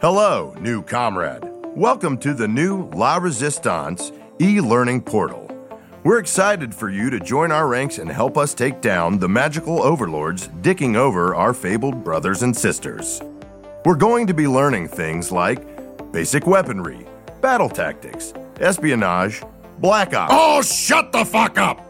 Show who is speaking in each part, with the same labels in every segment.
Speaker 1: Hello, new comrade. Welcome to the new La Resistance e learning portal. We're excited for you to join our ranks and help us take down the magical overlords dicking over our fabled brothers and sisters. We're going to be learning things like basic weaponry, battle tactics, espionage, black ops.
Speaker 2: Oh, shut the fuck up!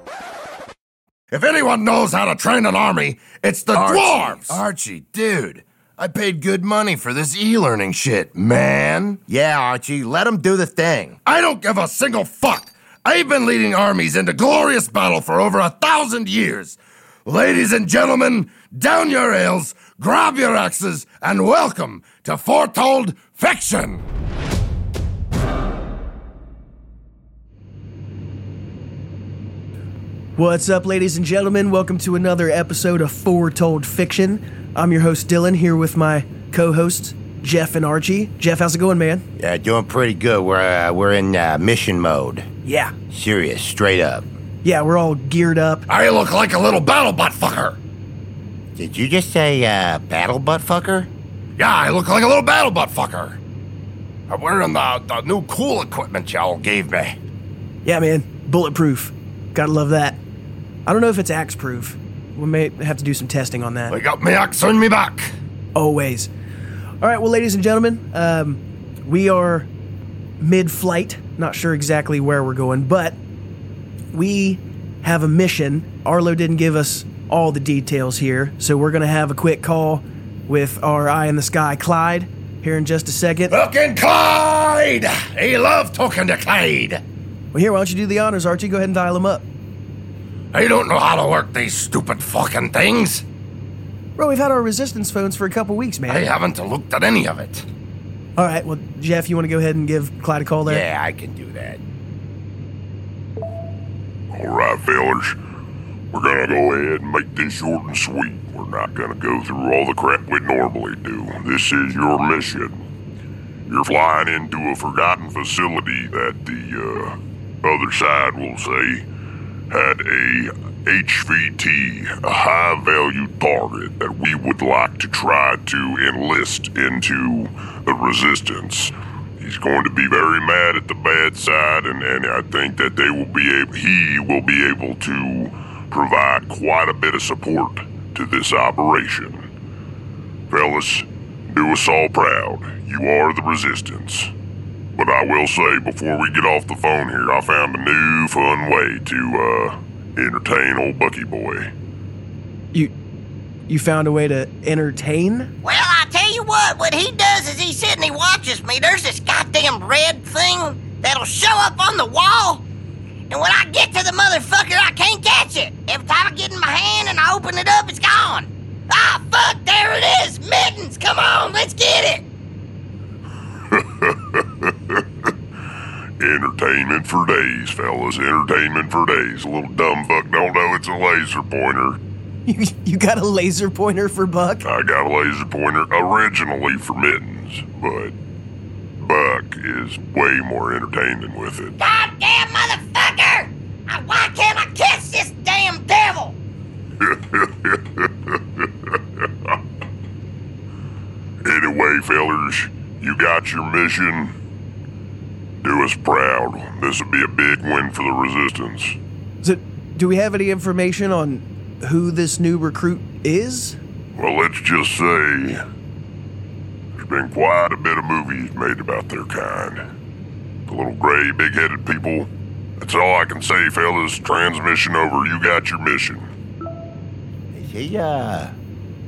Speaker 2: If anyone knows how to train an army, it's the dwarves!
Speaker 1: Archie, dude, I paid good money for this e-learning shit, man. Yeah, Archie, let them do the thing.
Speaker 2: I don't give a single fuck! I've been leading armies into glorious battle for over a thousand years. Ladies and gentlemen, down your ales, grab your axes, and welcome to Foretold Fiction!
Speaker 3: What's up, ladies and gentlemen? Welcome to another episode of Foretold Fiction. I'm your host, Dylan, here with my co hosts, Jeff and Archie. Jeff, how's it going, man?
Speaker 4: Yeah, Uh, doing pretty good. We're uh, we're in uh, mission mode.
Speaker 3: Yeah.
Speaker 4: Serious, straight up.
Speaker 3: Yeah, we're all geared up.
Speaker 2: I look like a little battle butt fucker!
Speaker 4: Did you just say uh, battle butt fucker?
Speaker 2: Yeah, I look like a little battle butt fucker. I'm wearing the, the new cool equipment y'all gave me.
Speaker 3: Yeah, man. Bulletproof. Gotta love that. I don't know if it's axe proof. We may have to do some testing on that.
Speaker 2: They got me axe on me back.
Speaker 3: Always. All right, well, ladies and gentlemen, um, we are mid flight. Not sure exactly where we're going, but we have a mission. Arlo didn't give us all the details here, so we're going to have a quick call with our eye in the sky, Clyde, here in just a second. Well,
Speaker 2: Fucking Clyde! He love talking to Clyde.
Speaker 3: here, why don't you do the honors, Archie? Go ahead and dial him up.
Speaker 2: I don't know how to work these stupid fucking things.
Speaker 3: Bro, we've had our resistance phones for a couple weeks,
Speaker 2: I
Speaker 1: Oh,
Speaker 3: man.
Speaker 2: haven't looked at any of it.
Speaker 3: All right, well, Jeff, you want to go ahead and give Clyde a call there?
Speaker 4: Yeah, I can do that.
Speaker 5: All right, fellas. We're gonna go ahead and make this short and sweet. We're not gonna go through all the crap we normally do. This is your mission. You're flying into a forgotten facility that the uh, other side will say had a HVT, a high value target that we would like to try to enlist into the resistance. He's going to be very mad at the bad side, and, and I think that they will be able, he will be able to provide quite a bit of support to this operation. Fellas, do us all proud. You are the resistance. But I will say, before we get off the phone here, I found a new fun way to uh, entertain old Bucky Boy.
Speaker 3: You, you found a way to entertain?
Speaker 6: Well, I tell you what, what he does is he sits and he watches me. There's this goddamn red thing that'll show up on the wall, and when I get to the motherfucker, I can't catch it. Every time I get in my hand and I open it up, it's gone. Ah, fuck, there it is! Mittens, come on, let's get it!
Speaker 5: Entertainment for days, fellas. Entertainment for days. A little dumb fuck don't know it's a laser pointer.
Speaker 3: You, you got a laser pointer for Buck?
Speaker 5: I got a laser pointer originally for mittens, but Buck is way more entertaining with it.
Speaker 6: Goddamn motherfucker! I, why can't I catch this damn devil?
Speaker 5: Anyway, fellers, you got your mission. Do us proud. This would be a big win for the resistance.
Speaker 3: So, do we have any information on who this new recruit is?
Speaker 5: Well, let's just say there's been quite a bit of movies made about their kind. The little gray, big headed people. That's all I can say, fellas. Transmission over. You got your mission.
Speaker 4: Is he? Uh,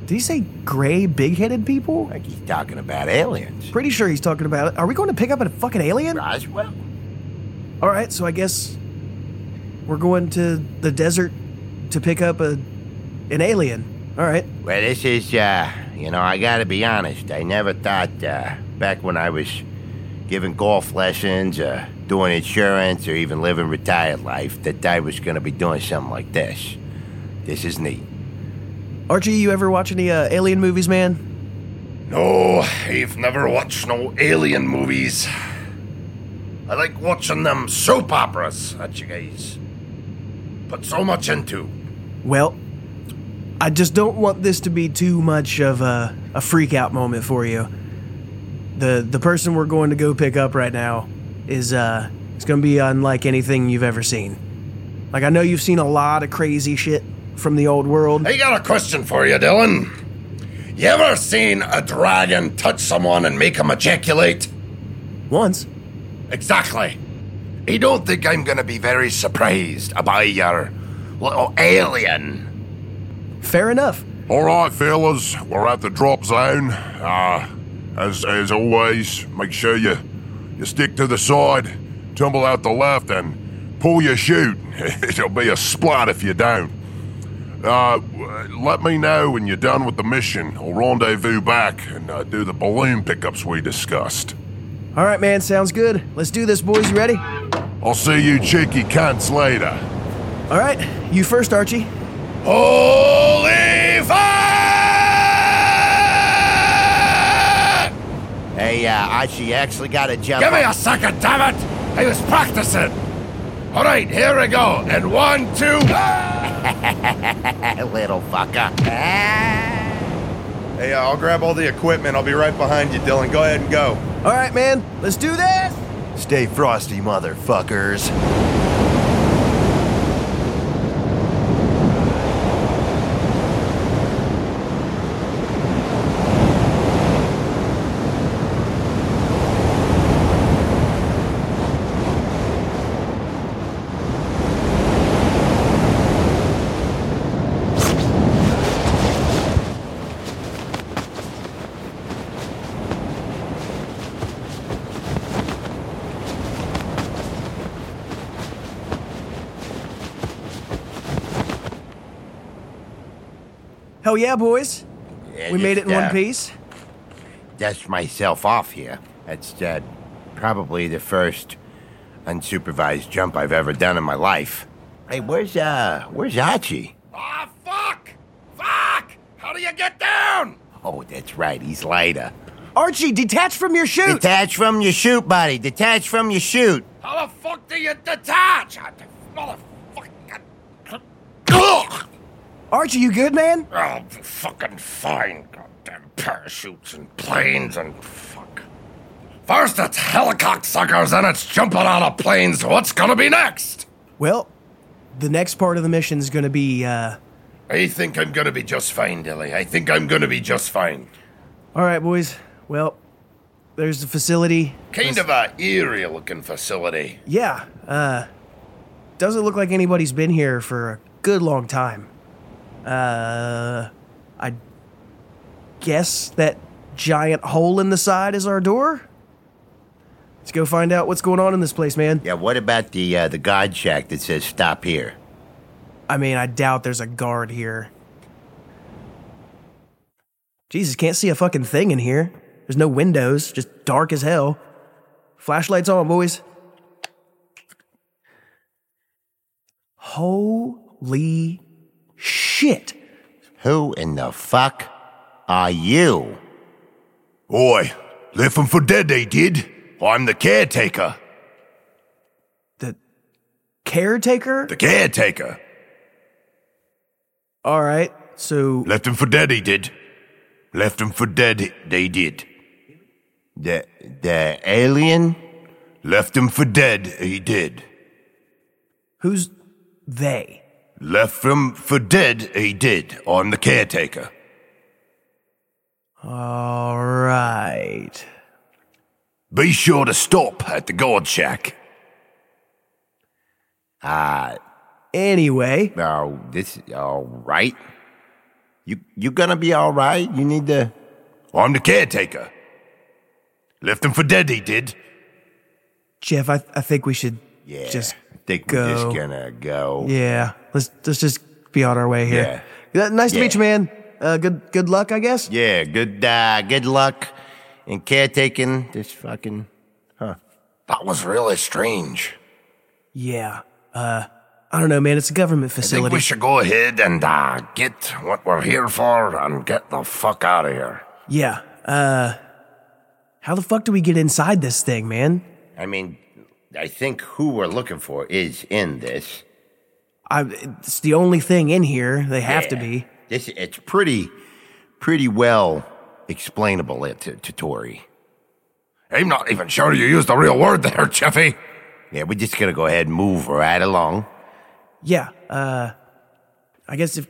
Speaker 3: Did he say gray, big headed people?
Speaker 4: I think he's talking about aliens.
Speaker 3: Pretty sure he's talking about it. Are we going to pick up a fucking alien?
Speaker 4: Roswell.
Speaker 3: All right, so I guess we're going to the desert to pick up a an alien. All right.
Speaker 4: Well, this is. Uh, you know, I gotta be honest. I never thought uh, back when I was giving golf lessons, uh, doing insurance, or even living retired life that I was gonna be doing something like this. This is neat.
Speaker 3: Archie, you ever watch any uh, alien movies, man?
Speaker 2: No, I've never watched no alien movies. I like watching them soap operas that you guys put so much into.
Speaker 3: Well, I just don't want this to be too much of a, a freak out moment for you. the the person we're going to go pick up right now is uh it's going to be unlike anything you've ever seen. Like I know you've seen a lot of crazy shit from the old world.
Speaker 2: I got a question for you, Dylan. You ever seen a dragon touch someone and make him ejaculate?
Speaker 3: Once,
Speaker 2: Exactly. I don't think I'm gonna be very surprised about your little oh, alien.
Speaker 3: fair enough.
Speaker 5: All right, fellas, we're at the drop zone. Uh, as as always, make sure you you stick to the side, tumble out the left, and pull your chute. It'll be a splat if you don't. Uh, w- let me know when you're done with the mission. I'll rendezvous back and uh, do the balloon pickups we discussed.
Speaker 3: All right, man, sounds good. Let's do this, boys. You ready?
Speaker 5: I'll see you cheeky cunts later.
Speaker 3: All right, you first, Archie.
Speaker 2: Holy fuck!
Speaker 4: Hey, uh, Archie, you actually got to jump.
Speaker 2: Give me a second, damn it! I was practicing. All right, here we go. And one, two.
Speaker 4: a little fucker. Ah.
Speaker 1: Hey, uh, I'll grab all the equipment. I'll be right behind you, Dylan. Go ahead and go.
Speaker 3: All right, man, let's do this.
Speaker 1: Stay frosty, motherfuckers.
Speaker 3: Hell yeah, boys.
Speaker 4: Yeah,
Speaker 3: We made it
Speaker 4: just,
Speaker 3: in one
Speaker 4: uh,
Speaker 3: piece.
Speaker 4: Dust myself off here. That's uh, probably the first unsupervised jump I've ever done in my life. Hey, where's uh, where's Archie?
Speaker 2: Ah, fuck! Fuck! How do you get down?
Speaker 4: Oh, that's right, he's lighter.
Speaker 3: Archie, detach from your chute.
Speaker 4: Detach from your shoot, buddy. Detach from your shoot.
Speaker 2: How the fuck do you detach? I d- Motherfucking. Ugh!
Speaker 3: Archie, you good, man?
Speaker 2: Oh, fucking fine. Goddamn parachutes and planes and fuck. First it's helicopter suckers, then it's jumping out of planes. What's gonna be next?
Speaker 3: Well, the next part of the mission is going to be uh
Speaker 2: I think I'm gonna be just fine, Dilly. I think I'm gonna be just fine.
Speaker 3: All right, boys. Well, there's the facility.
Speaker 2: Kind of a eerie looking facility.
Speaker 3: Yeah. Uh doesn't look like anybody's been here for a good long time. Uh I guess that giant hole in the side is our door. Let's go find out what's going on in this place, man.
Speaker 4: Yeah, what about the uh, the guard shack that says stop here?
Speaker 3: I mean, I doubt there's a guard here. Jesus, can't see a fucking thing in here. There's no windows, just dark as hell. Flashlights on, boys. Holy shit.
Speaker 4: Who in the fuck are you?
Speaker 2: Oi, left them for dead, they did. I'm the caretaker.
Speaker 3: The caretaker?
Speaker 2: The caretaker.
Speaker 3: All right, so
Speaker 2: Left them for dead, he did. Left them for dead, they did.
Speaker 4: The the alien?
Speaker 2: Left them for dead, he did.
Speaker 3: who's they?
Speaker 2: Left them for dead, he did. I'm the caretaker.
Speaker 3: All right.
Speaker 2: Be sure to stop at the guard shack.
Speaker 4: Ah,
Speaker 3: Anyway,
Speaker 4: oh, this all right. You you gonna be all right? You need to.
Speaker 2: I'm the caretaker. Left them for dead, he did.
Speaker 3: Jeff, I, I think we should
Speaker 4: Yeah,
Speaker 3: just
Speaker 4: I think we're
Speaker 3: go.
Speaker 4: just gonna go.
Speaker 3: Yeah, let's let's just be on our way here. Yeah, Nice to
Speaker 4: Yeah.
Speaker 3: meet you, man. Uh, good good luck, I guess.
Speaker 4: Yeah, good uh, good luck in caretaking this fucking.
Speaker 2: That was really strange.
Speaker 3: Yeah. Uh, I don't know, man. It's a government
Speaker 2: I think
Speaker 3: facility.
Speaker 2: we should go ahead and uh, get what we're here for and get the fuck out of here.
Speaker 3: yeah. Uh, how the fuck do we get inside this thing, man?
Speaker 4: I mean, I think who we're looking for is in this.
Speaker 3: I it's the only thing in here. They have to
Speaker 4: Yeah.
Speaker 3: be.
Speaker 4: This it's pretty pretty well explainable it to, to uh, Tori.
Speaker 2: I'm not even sure you used the real word there, Jeffy.
Speaker 4: Yeah, we're just gonna go ahead and move right along.
Speaker 3: Yeah. Uh, I guess if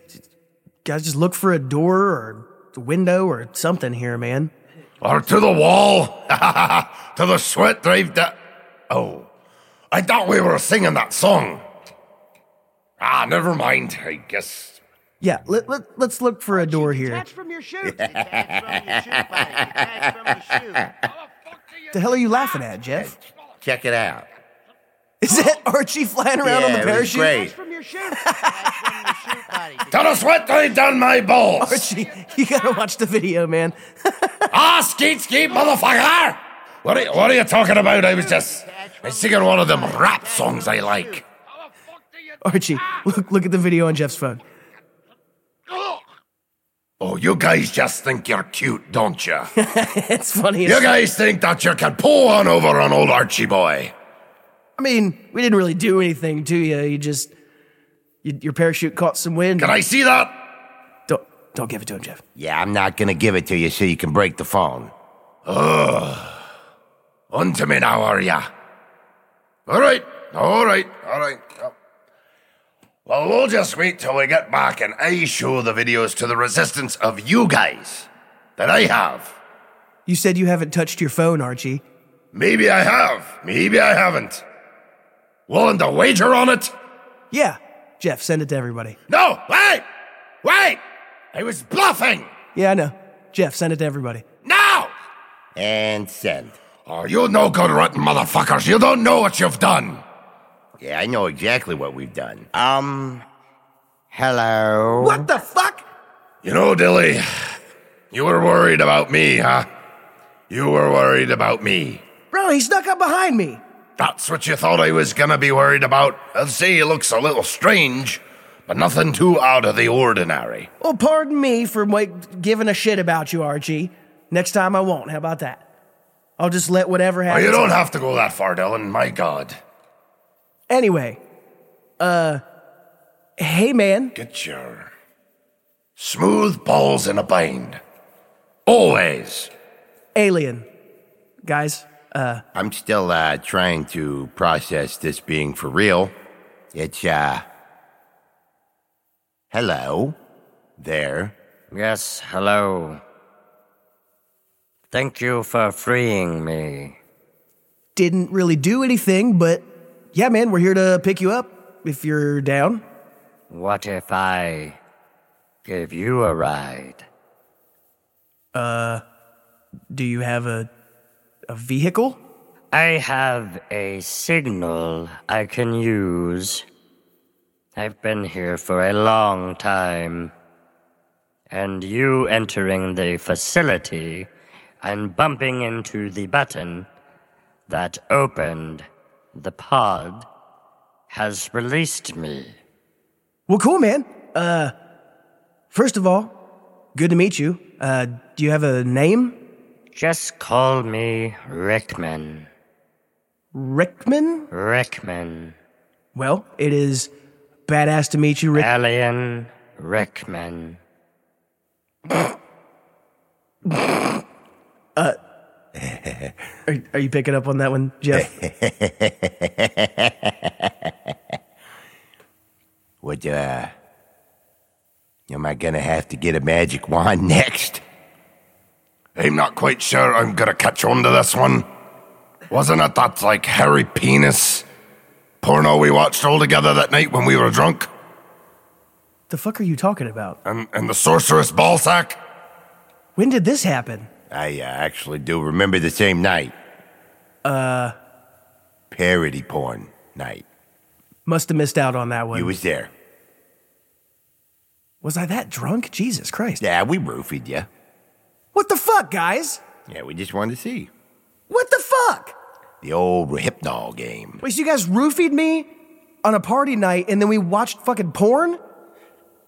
Speaker 3: guys just look for a door or a window or something here, man.
Speaker 2: Or to the wall. to the sweat drive da- Oh. I thought we were singing that song. Ah, never mind. I guess
Speaker 3: Yeah. Let, let, let's look for a door here.
Speaker 7: Detach from your shoe. Detach from your shoe. buddy. Detach from your shoe.
Speaker 3: The hell are you laughing at, Jeff?
Speaker 4: Check it out.
Speaker 3: Is that Archie flying around on
Speaker 4: Yeah,
Speaker 3: the
Speaker 4: it was
Speaker 3: parachute?
Speaker 4: great.
Speaker 7: Detach from your shoe. Detach from your shoe, buddy.
Speaker 2: To the sweat drive down my balls.
Speaker 3: Archie, you gotta watch the video, man.
Speaker 2: Ah, skeet skeet, motherfucker! What are, what are you talking about? I was just I singing one of them rap songs I like.
Speaker 3: Archie, look look at the video on Jeff's phone.
Speaker 2: Oh, you guys just think you're cute, don't you?
Speaker 3: It's funny.
Speaker 2: You
Speaker 3: as-
Speaker 2: guys think that you can pull one over on old Archie boy.
Speaker 3: I mean, we didn't really do anything to you. You just you, your parachute caught some wind.
Speaker 2: Can I see that?
Speaker 3: Don't don't give it to him, Jeff.
Speaker 4: Yeah, I'm not gonna give it to you so you can break the phone.
Speaker 2: Unto me now, are ya? All right, all right, all right. Yep. Well, we'll just wait till we get back and I show the videos to the resistance of you guys that I have.
Speaker 3: You said you haven't touched your phone, Archie.
Speaker 2: Maybe I have. Maybe I haven't. Willing to wager on it?
Speaker 3: Yeah, Jeff, send it to everybody.
Speaker 2: No, wait! Wait! I was bluffing!
Speaker 3: Yeah, I know. Jeff, send it to everybody.
Speaker 2: Now!
Speaker 4: And send.
Speaker 2: Oh, you no good rotten motherfuckers. You don't know what you've done.
Speaker 4: Yeah, I know exactly what we've done. Um, hello.
Speaker 3: What the fuck?
Speaker 2: You know, Dilly, you were worried about me, huh? You were worried about me.
Speaker 3: Bro, he snuck up behind me.
Speaker 2: That's what you thought I was gonna be worried about. I'd say he looks a little strange, but nothing too out of the ordinary.
Speaker 3: Well, Oh, pardon me for like, giving a shit about you, Archie. Next time I won't. How about that? I'll just let whatever
Speaker 2: Well,
Speaker 3: happens.
Speaker 2: Oh, you don't have to go that far, Dylan. My God.
Speaker 3: Anyway, uh, hey man,
Speaker 2: Get your smooth balls in a bind. Always.
Speaker 3: alien, guys.
Speaker 4: I'm still uh, trying to process this being for real. It's uh, hello there.
Speaker 8: Yes, hello. Thank you for freeing me.
Speaker 3: Didn't really do anything, but yeah, man, we're here to pick you up if you're down.
Speaker 8: What if I gave you a ride?
Speaker 3: Do you have a a vehicle?
Speaker 8: I have a signal I can use. I've been here for a long time. And you entering the facility and bumping into the button that opened the pod has released me.
Speaker 3: Well, cool, man. Uh, first of all, good to meet you. Uh, do you have a name?
Speaker 8: Just call me Rickman.
Speaker 3: Rickman?
Speaker 8: Rickman.
Speaker 3: Well, it is badass to meet you, Rick.
Speaker 8: Alien Rickman.
Speaker 3: Are, are you picking up on that one, Jeff?
Speaker 4: What uh, am I gonna have to get a magic wand next?
Speaker 2: I'm not quite sure I'm gonna catch on to this one. Wasn't it that, like, hairy penis porno we watched all together that night when we were drunk?
Speaker 3: the fuck are you talking about?
Speaker 2: And, and the sorceress ball sack?
Speaker 3: When did this happen?
Speaker 4: I uh, actually do remember the same night. Uh, parody porn night.
Speaker 3: Must have missed out on that one.
Speaker 4: You was there.
Speaker 3: was I that drunk? Jesus Christ.
Speaker 4: Yeah, we roofied you.
Speaker 3: What the fuck, guys?
Speaker 4: Yeah, we just wanted to see
Speaker 3: What the fuck?
Speaker 4: the old hypnol game.
Speaker 3: Wait, so you guys roofied me on a party night and then we watched fucking porn?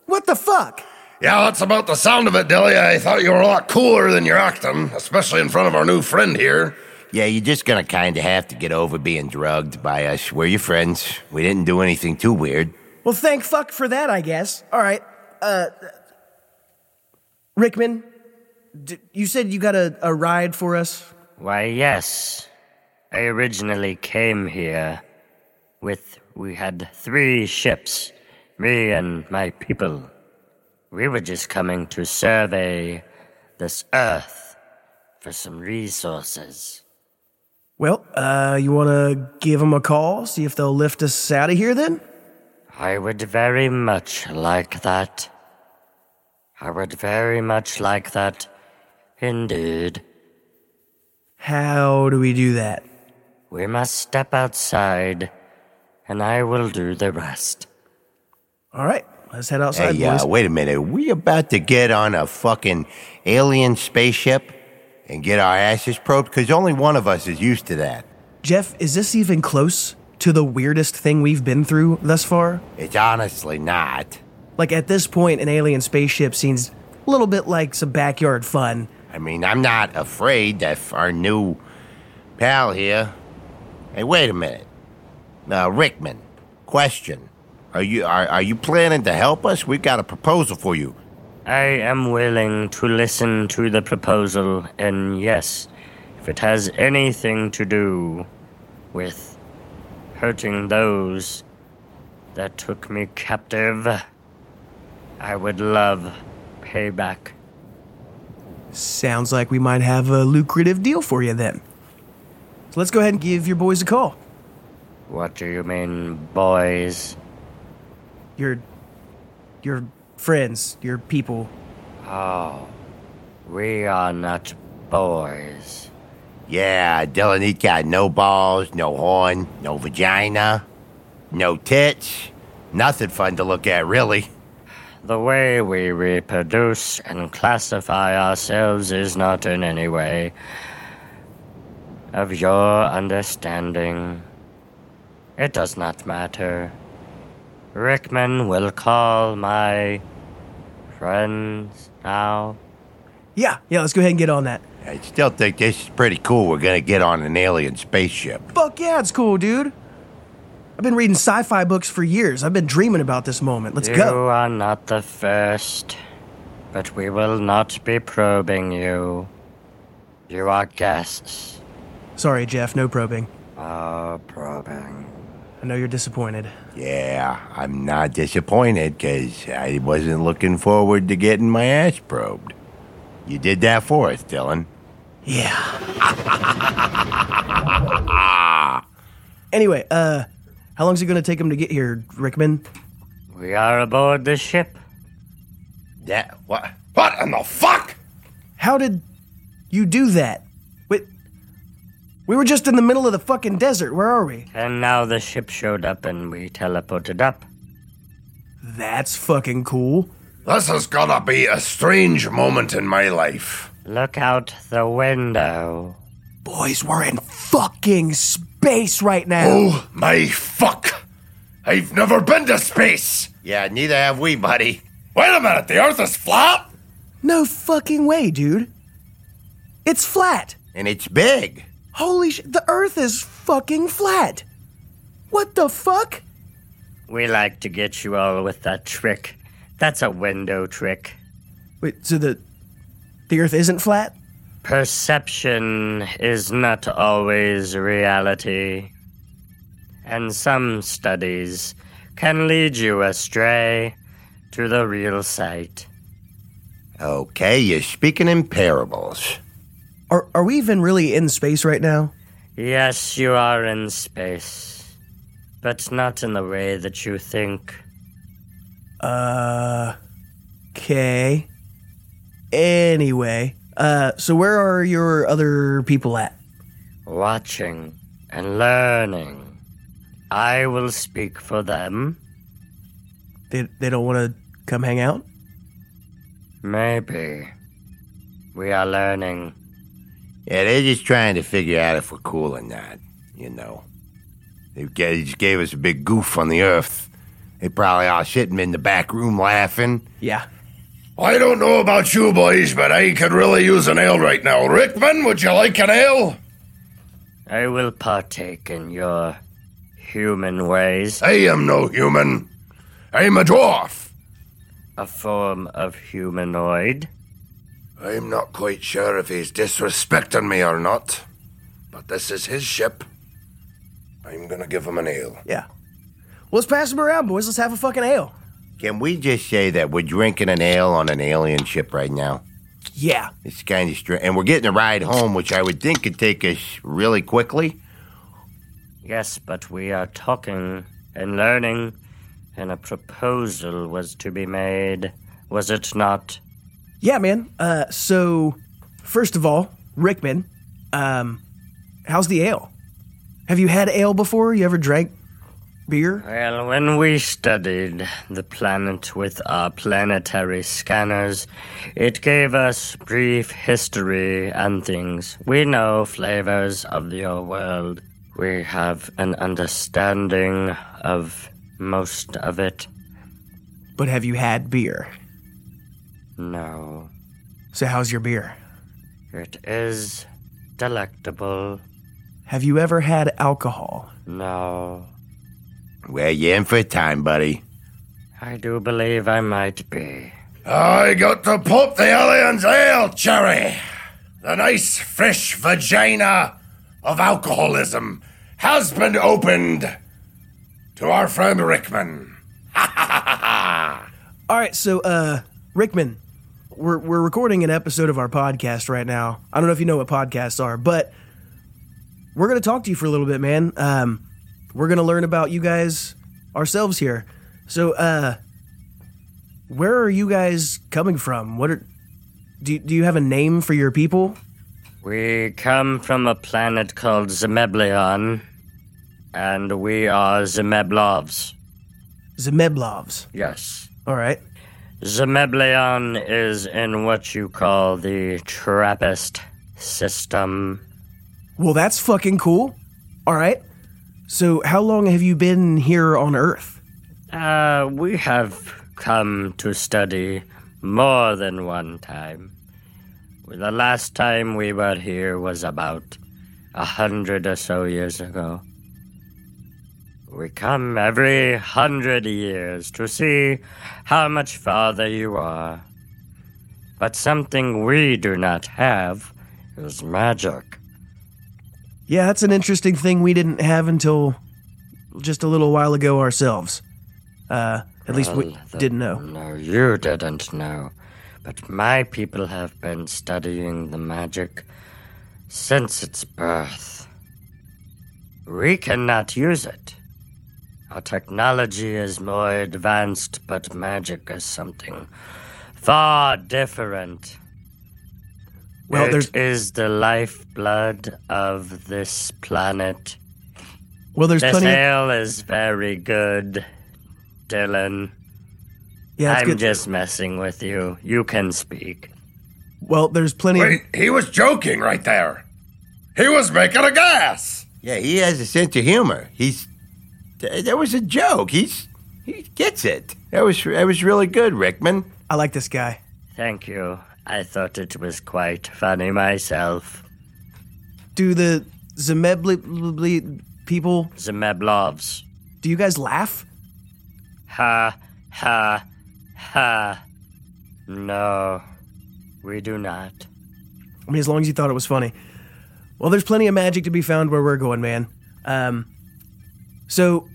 Speaker 3: What the fuck?
Speaker 2: Yeah, that's about the sound of it, Dilly. I thought you were a lot cooler than you're acting, especially in front of our new friend here.
Speaker 4: Yeah, you're just gonna kind of have to get over being drugged by us. We're your friends. We didn't do anything too weird.
Speaker 3: Well, thank fuck for that, I guess. All right. Uh, Rickman, d- you said you got a, a ride for us?
Speaker 8: Why, yes. I originally came here with. We had three ships, me and my people. We were just coming to survey this earth for some resources.
Speaker 3: Well, uh, you want to give them a call, see if they'll lift us out of here then?
Speaker 8: I would very much like that. I would very much like that. Indeed.
Speaker 3: How do we do that?
Speaker 8: We must step outside, and I will do the rest.
Speaker 3: All right, let's head outside,
Speaker 4: Hey, uh,
Speaker 3: boys.
Speaker 4: wait a minute. We about to get on a fucking alien spaceship and get our asses probed? Because only one of us is used to that.
Speaker 3: Jeff, is this even close to the weirdest thing we've been through thus far?
Speaker 4: It's honestly not.
Speaker 3: Like, at this point, an alien spaceship seems a little bit like some backyard fun.
Speaker 4: I mean, I'm not afraid that our new pal here. Hey, wait a minute, uh, Rickman. Question: Are you are, are you planning to help us? We've got a proposal for you.
Speaker 8: I am willing to listen to the proposal, and yes, if it has anything to do with hurting those that took me captive, I would love payback.
Speaker 3: Sounds like we might have a lucrative deal for you then. So let's go ahead and give your boys a call.
Speaker 8: What do you mean, boys?
Speaker 3: Your, your friends, your people.
Speaker 8: Oh, we are not boys.
Speaker 4: Yeah, Dylan, he got no balls, no horn, no vagina, no tits, nothing fun to look at, really.
Speaker 8: The way we reproduce and classify ourselves is not in any way of your understanding. It does not matter. Rickman will call my friends now.
Speaker 3: Yeah, yeah, let's go ahead and get on that.
Speaker 4: I still think this is pretty cool. We're gonna get on an alien spaceship.
Speaker 3: Fuck yeah, it's cool, dude. I've been reading sci fi books for years. I've been dreaming about this moment. Let's
Speaker 8: you
Speaker 3: go.
Speaker 8: are not the first, but we will not be probing you. You are guests.
Speaker 3: Sorry, Jeff, no probing.
Speaker 8: Oh, probing.
Speaker 3: I know you're disappointed.
Speaker 4: Yeah, I'm not disappointed because I wasn't looking forward to getting my ass probed. You did that for us, Dylan.
Speaker 3: Yeah. anyway, uh, how long's it gonna take him to get here, Rickman?
Speaker 8: We are aboard the ship.
Speaker 4: That what?
Speaker 2: What in the fuck?
Speaker 3: How did you do that? Wait, we were just in the middle of the fucking desert. Where are we?
Speaker 8: And now the ship showed up and we teleported up.
Speaker 3: That's fucking cool.
Speaker 2: This has gotta be a strange moment in my life.
Speaker 8: Look out the window.
Speaker 3: Boys, we're in fucking space right now.
Speaker 2: Oh my fuck! I've never been to space!
Speaker 4: Yeah, neither have we, buddy.
Speaker 2: Wait a minute, the Earth is flat?
Speaker 3: No fucking way, dude. It's flat.
Speaker 4: And it's big.
Speaker 3: Holy sh! The Earth is fucking flat. What the fuck?
Speaker 8: We like to get you all with that trick. That's a window trick.
Speaker 3: Wait, so the the Earth isn't flat?
Speaker 8: Perception is not always reality. And some studies can lead you astray to the real sight.
Speaker 4: Okay, you're speaking in parables.
Speaker 3: Are are we even really in space right now?
Speaker 8: Yes, you are in space, but not in the way that you think.
Speaker 3: Okay. Anyway, uh, so where are your other people at?
Speaker 8: watching and learning. I will speak for them.
Speaker 3: They they don't want to come hang out.
Speaker 8: Maybe. We are learning.
Speaker 4: Yeah, they're just trying to figure out if we're cool or not. You know, they g- they just gave us a big goof on the Earth. They probably all sitting in the back room laughing.
Speaker 3: Yeah.
Speaker 2: I don't know about you boys, but I could really use an ale right now. Rickman, would you like an ale?
Speaker 8: I will partake in your human ways,
Speaker 2: I am no human. I'm a dwarf.
Speaker 8: a form of humanoid.
Speaker 2: I'm not quite sure if he's disrespecting me or not, but this is his ship. I'm gonna give him an ale.
Speaker 3: Yeah. Well, let's pass them around, boys. Let's have a fucking ale.
Speaker 4: Can we just say that we're drinking an ale on an alien ship right now?
Speaker 3: Yeah.
Speaker 4: It's kind of strange. And we're getting a ride home, which I would think could take us really quickly.
Speaker 8: Yes, but we are talking and learning, and a proposal was to be made, was it not?
Speaker 3: Yeah, man. Uh, so, first of all, Rickman, um, how's the ale? Have you had ale before? You ever drank beer?
Speaker 8: Well, when we studied the planet with our planetary scanners, it gave us brief history and things. We know flavors of your world. We have an understanding of most of it.
Speaker 3: But have you had beer?
Speaker 8: No,
Speaker 3: So, how's your beer?
Speaker 8: it is delectable.
Speaker 3: Have you ever had alcohol?
Speaker 8: No,
Speaker 4: Well, you're in for a time, buddy.
Speaker 8: I do believe I might be.
Speaker 2: I got to pop the alien's ale, Cherry! The nice, fresh vagina of alcoholism has been opened to our friend Rickman.
Speaker 3: All right, so uh, Rickman, we're we're recording an episode of our podcast right now. I don't know if you know what podcasts are, but we're gonna talk to you for a little bit, man. Um, we're gonna learn about you guys ourselves here. So, uh, where are you guys coming from? What are do do you have a name for your people?
Speaker 8: We come from a planet called Zemeblion, and we are Zemeblovs.
Speaker 3: Zemeblovs.
Speaker 8: Yes.
Speaker 3: All right.
Speaker 8: Zemeblion is in what you call the Trappist system.
Speaker 3: Well, that's fucking cool. All right. So, how long have you been here on Earth?
Speaker 8: Uh, we have come to study more than one time. The last time we were here was about a hundred or so years ago. We come every hundred years to see how much farther you are. But something we do not have is magic.
Speaker 3: Yeah, that's an interesting thing we didn't have until just a little while ago ourselves. Uh, at least we
Speaker 8: Well, the-
Speaker 3: didn't know.
Speaker 8: No, you didn't know. But my people have been studying the magic since its birth. We cannot use it. Our technology is more advanced, but magic is something far different.
Speaker 3: Well,
Speaker 8: It
Speaker 3: there's-
Speaker 8: is the lifeblood of this planet.
Speaker 3: Well, there's
Speaker 8: This
Speaker 3: plenty. Of,
Speaker 8: ale is very good, Dylan.
Speaker 3: yeah, that's
Speaker 8: I'm
Speaker 3: good.
Speaker 8: just messing with you. You can speak.
Speaker 3: well, there's plenty. Of,
Speaker 2: Wait, he was joking right there. He was making a gas.
Speaker 4: Yeah, he has a sense of humor. He's. th- That was a joke. He's. He gets it. That was that was really good, Rickman.
Speaker 3: I like this guy.
Speaker 8: Thank you. I thought it was quite funny myself.
Speaker 3: Do the Zemebli people?
Speaker 8: Zemeblovs.
Speaker 3: Do you guys laugh?
Speaker 8: Ha, ha, ha. No, we do not.
Speaker 3: I mean, as long as you thought it was funny. Well, there's plenty of magic to be found where we're going, man. Um, so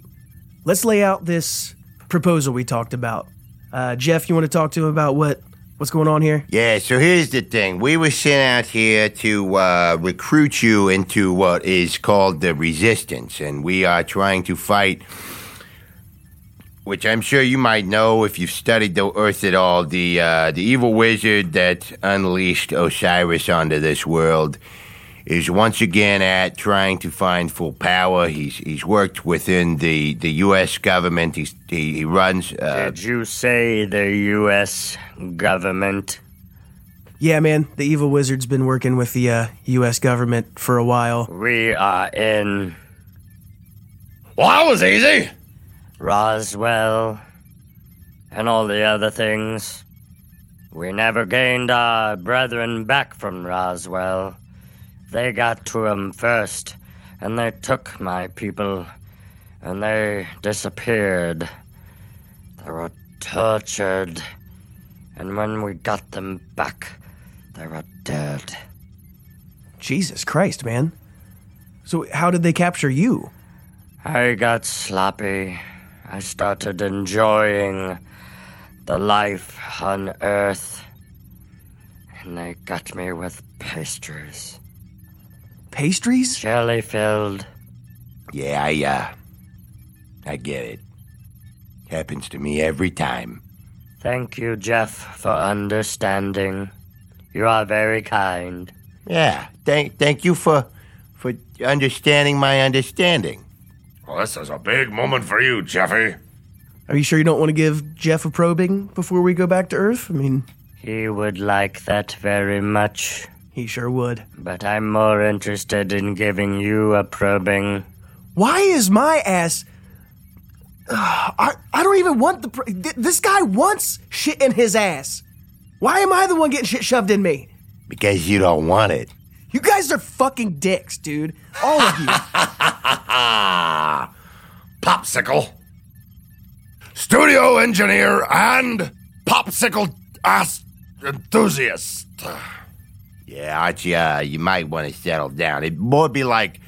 Speaker 3: let's lay out this proposal we talked about. Uh, Jeff, you want to talk to him about what what's going on here?
Speaker 4: Yeah, so here's the thing. We were sent out here to uh, recruit you into what is called the resistance, and we are trying to fight, which I'm sure you might know if you've studied the Earth at all, the, uh, the evil wizard that unleashed Osiris onto this world. Is once again at trying to find full power. He's he's worked within the, the U.S. government. He's, he he runs uh,
Speaker 8: Did you say the U.S. government?
Speaker 3: Yeah, man, the evil wizard's been working with the uh, U.S. government for a while.
Speaker 8: We are in
Speaker 2: Well, that was easy.
Speaker 8: Roswell, and all the other things. We never gained our brethren back from Roswell. They got to 'em first, and they took my people, and they disappeared. They were tortured, and when we got them back, They were dead.
Speaker 3: Jesus Christ, man. So, how did they capture you?
Speaker 8: I got sloppy. I started enjoying the life on Earth. And they got me with pastries.
Speaker 3: Pastries?
Speaker 8: Jelly filled.
Speaker 4: Yeah, I, uh, I get it. Happens to me every time.
Speaker 8: Thank you, Jeff, for understanding. You are very kind.
Speaker 4: Yeah, thank, thank you for, for understanding my understanding.
Speaker 2: Well, this is a big moment for you, Jeffy.
Speaker 3: Are you sure you don't want to give Jeff a probing before we go back to Earth? I mean,
Speaker 8: He would like that very much,
Speaker 3: he sure would.
Speaker 8: but I'm more interested in giving you a probing.
Speaker 3: Why is my ass. Ugh, I, I don't even want the. Pr- th- this guy wants shit in his ass. Why am I the one getting shit shoved in me?
Speaker 4: Because you don't want it.
Speaker 3: You guys are fucking dicks, dude. All of you.
Speaker 2: Popsicle. Studio engineer and popsicle ass enthusiast.
Speaker 4: Yeah, Archie, uh, you might want to settle down. It'd more be like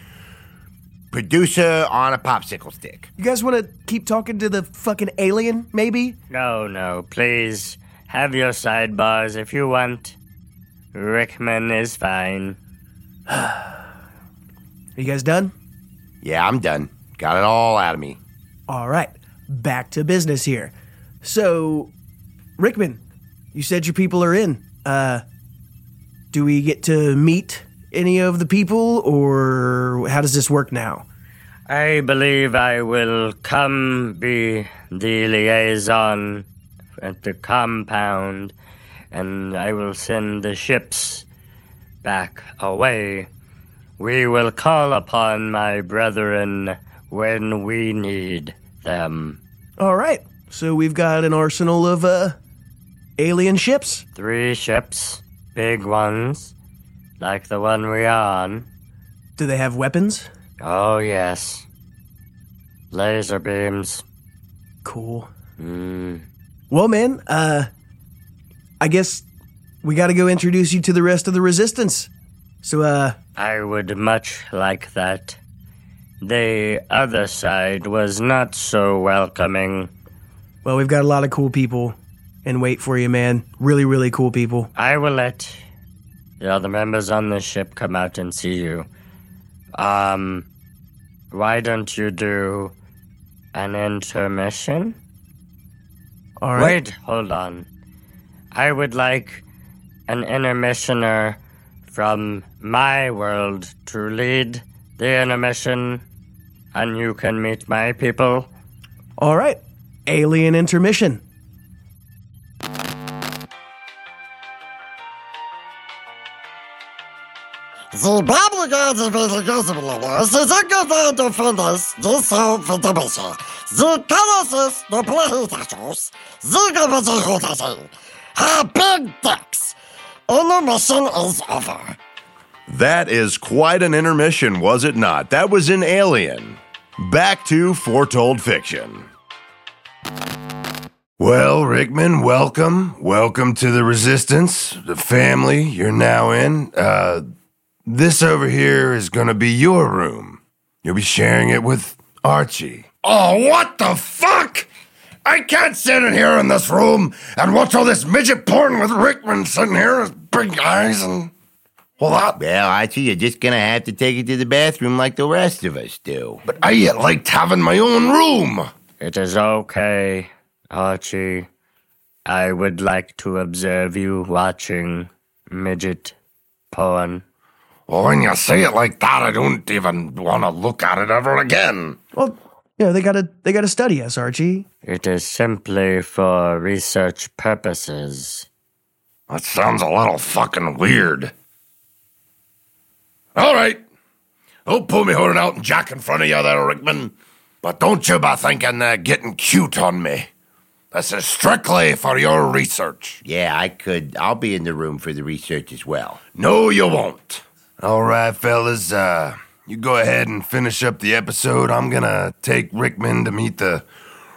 Speaker 4: producer on a popsicle stick.
Speaker 3: You guys want to keep talking to the fucking alien, maybe?
Speaker 8: No, no, please. Have your sidebars if you want. Rickman is fine.
Speaker 3: Are you guys done?
Speaker 4: Yeah, I'm done. Got it all out of me.
Speaker 3: All right, back to business here. So, Rickman, you said your people are in. Uh, do we get to meet any of the people, or how does this work now?
Speaker 8: I believe I will come be the liaison at the compound, and I will send the ships back away. We will call upon my brethren when we need them.
Speaker 3: All right, so we've got an arsenal of uh, alien ships.
Speaker 8: Three ships, big ones, like the one we're on.
Speaker 3: Do they have weapons?
Speaker 8: Oh, yes. Laser beams.
Speaker 3: Cool. Well, man, uh, I guess we got to go introduce you to the rest of the resistance. So, uh,
Speaker 8: I would much like that. The other side was not so welcoming.
Speaker 3: Well, we've got a lot of cool people and wait for you, man. Really, really cool people.
Speaker 8: I will let the other members on the ship come out and see you. Um, why don't you do an intermission?
Speaker 3: All right.
Speaker 8: Wait, hold on. I would like an intermissioner from my world to lead the intermission, and you can meet my people.
Speaker 3: All right. Alien intermission.
Speaker 9: The Bible gods of the Gospelers is a good man to find us this help for the mission. The Colossus, the Plahitators, the Gavage Hotasi, are big dicks. And the mission is over.
Speaker 1: That is quite an intermission, was it not? That was an alien. Back to foretold fiction.
Speaker 2: Well, Rickman, welcome. Welcome to the Resistance, the family you're now in. Uh, this over here is going to be your room. You'll be sharing it with Archie. Oh, what the fuck? I can't sit in here in this room and watch all this midget porn with Rickman sitting here with big eyes and. Well, that.
Speaker 4: Well, Archie, you're just gonna have to take it to the bathroom like the rest of us do.
Speaker 2: But I liked having my own room.
Speaker 8: It is okay, Archie. I would like to observe you watching midget porn.
Speaker 2: Well, when you say it like that, I don't even want to look at it ever again.
Speaker 3: Well, you know, they gotta they gotta study us, Archie.
Speaker 8: It is simply for research purposes.
Speaker 2: That sounds a little fucking weird. All right. Don't pull me holding out and jack in front of you there, Rickman. But don't you be thinking they're getting cute on me. This is strictly for your research.
Speaker 4: Yeah, I could. I'll be in the room for the research as well.
Speaker 2: No, you won't. All right, fellas. Uh, you go ahead and finish up the episode. I'm gonna take Rickman to meet the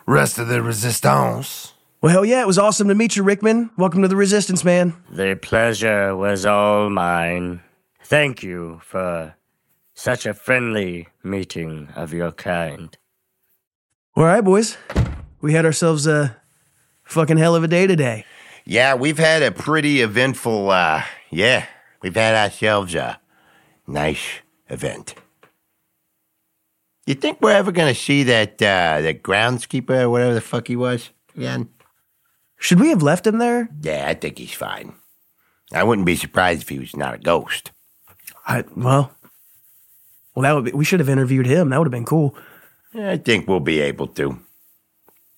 Speaker 2: rest of the resistance.
Speaker 3: Well, hell yeah, it was awesome to meet you, Rickman. Welcome to the Resistance, man.
Speaker 8: The pleasure was all mine. Thank you for such a friendly meeting of your kind.
Speaker 3: All right, boys. We had ourselves a fucking hell of a day today.
Speaker 4: Yeah, we've had a pretty eventful, uh, yeah, we've had ourselves a nice event. You think we're ever going to see that, uh, that groundskeeper or whatever the fuck he was again?
Speaker 3: Should we have left him there?
Speaker 4: Yeah, I think he's fine. I wouldn't be surprised if he was not a ghost.
Speaker 3: I well, well that would be, we should have interviewed him. That would have been cool.
Speaker 4: I think we'll be able to.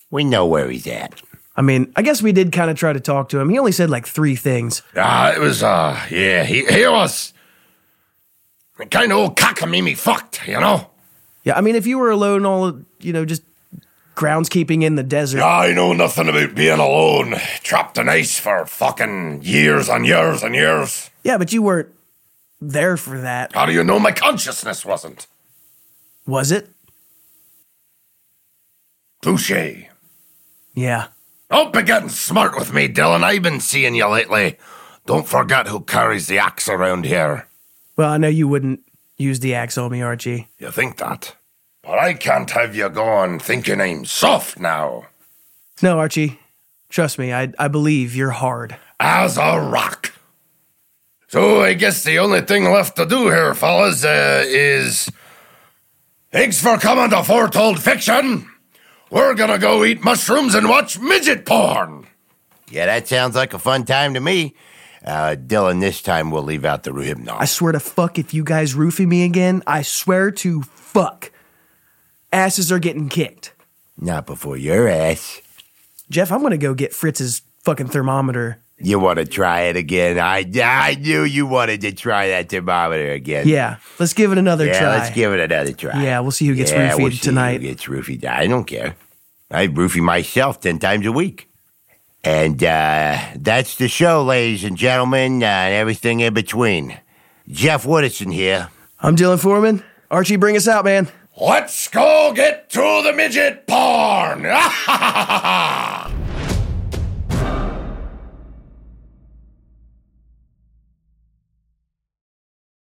Speaker 4: We know where he's at.
Speaker 3: I mean, I guess we did kind of try to talk to him. He only said like three things.
Speaker 2: Ah, it was, uh, yeah, he, he was kind of old cockamamie fucked, you know?
Speaker 3: Yeah, I mean, if you were alone, all you know, just groundskeeping in the desert.
Speaker 2: I know nothing about being alone, trapped in ice for fucking years and years and years.
Speaker 3: Yeah, but you weren't there for that,
Speaker 2: How do you know my consciousness wasn't?
Speaker 3: was it?
Speaker 2: Touche.
Speaker 3: Yeah.
Speaker 2: Don't be getting smart with me, Dylan. I've been seeing you lately. Don't forget who carries the axe around here.
Speaker 3: Well, I know you wouldn't use the axe on me, Archie.
Speaker 2: You think that? But I can't have you going thinking I'm soft now.
Speaker 3: No, Archie. Trust me, I I believe you're hard.
Speaker 2: As a rock. So I guess the only thing left to do here, fellas, uh, is. Thanks for coming to Foretold Fiction! We're gonna go eat mushrooms and watch midget porn!
Speaker 4: Yeah, that sounds like a fun time to me. Uh, Dylan, this time we'll leave out the
Speaker 3: I
Speaker 4: Ruhimnos.
Speaker 3: swear to fuck if you guys roofie me again, I swear to fuck. Asses are getting kicked.
Speaker 4: Not before your ass.
Speaker 3: Jeff, I'm gonna go get Fritz's fucking thermometer.
Speaker 4: You want to try it again? I, I knew you wanted to try that thermometer again.
Speaker 3: Yeah, let's give it another
Speaker 4: Yeah,
Speaker 3: try.
Speaker 4: let's give it another try.
Speaker 3: Yeah, we'll see who gets
Speaker 4: yeah,
Speaker 3: roofied
Speaker 4: we'll see
Speaker 3: tonight.
Speaker 4: Who gets roofied? I don't care. I roofie myself ten times a week, and uh, that's the show, ladies and gentlemen, uh, and everything in between. Jeff Woodison here.
Speaker 3: I'm Dylan Foreman. Archie, bring us out, man.
Speaker 2: Let's go get to the midget porn!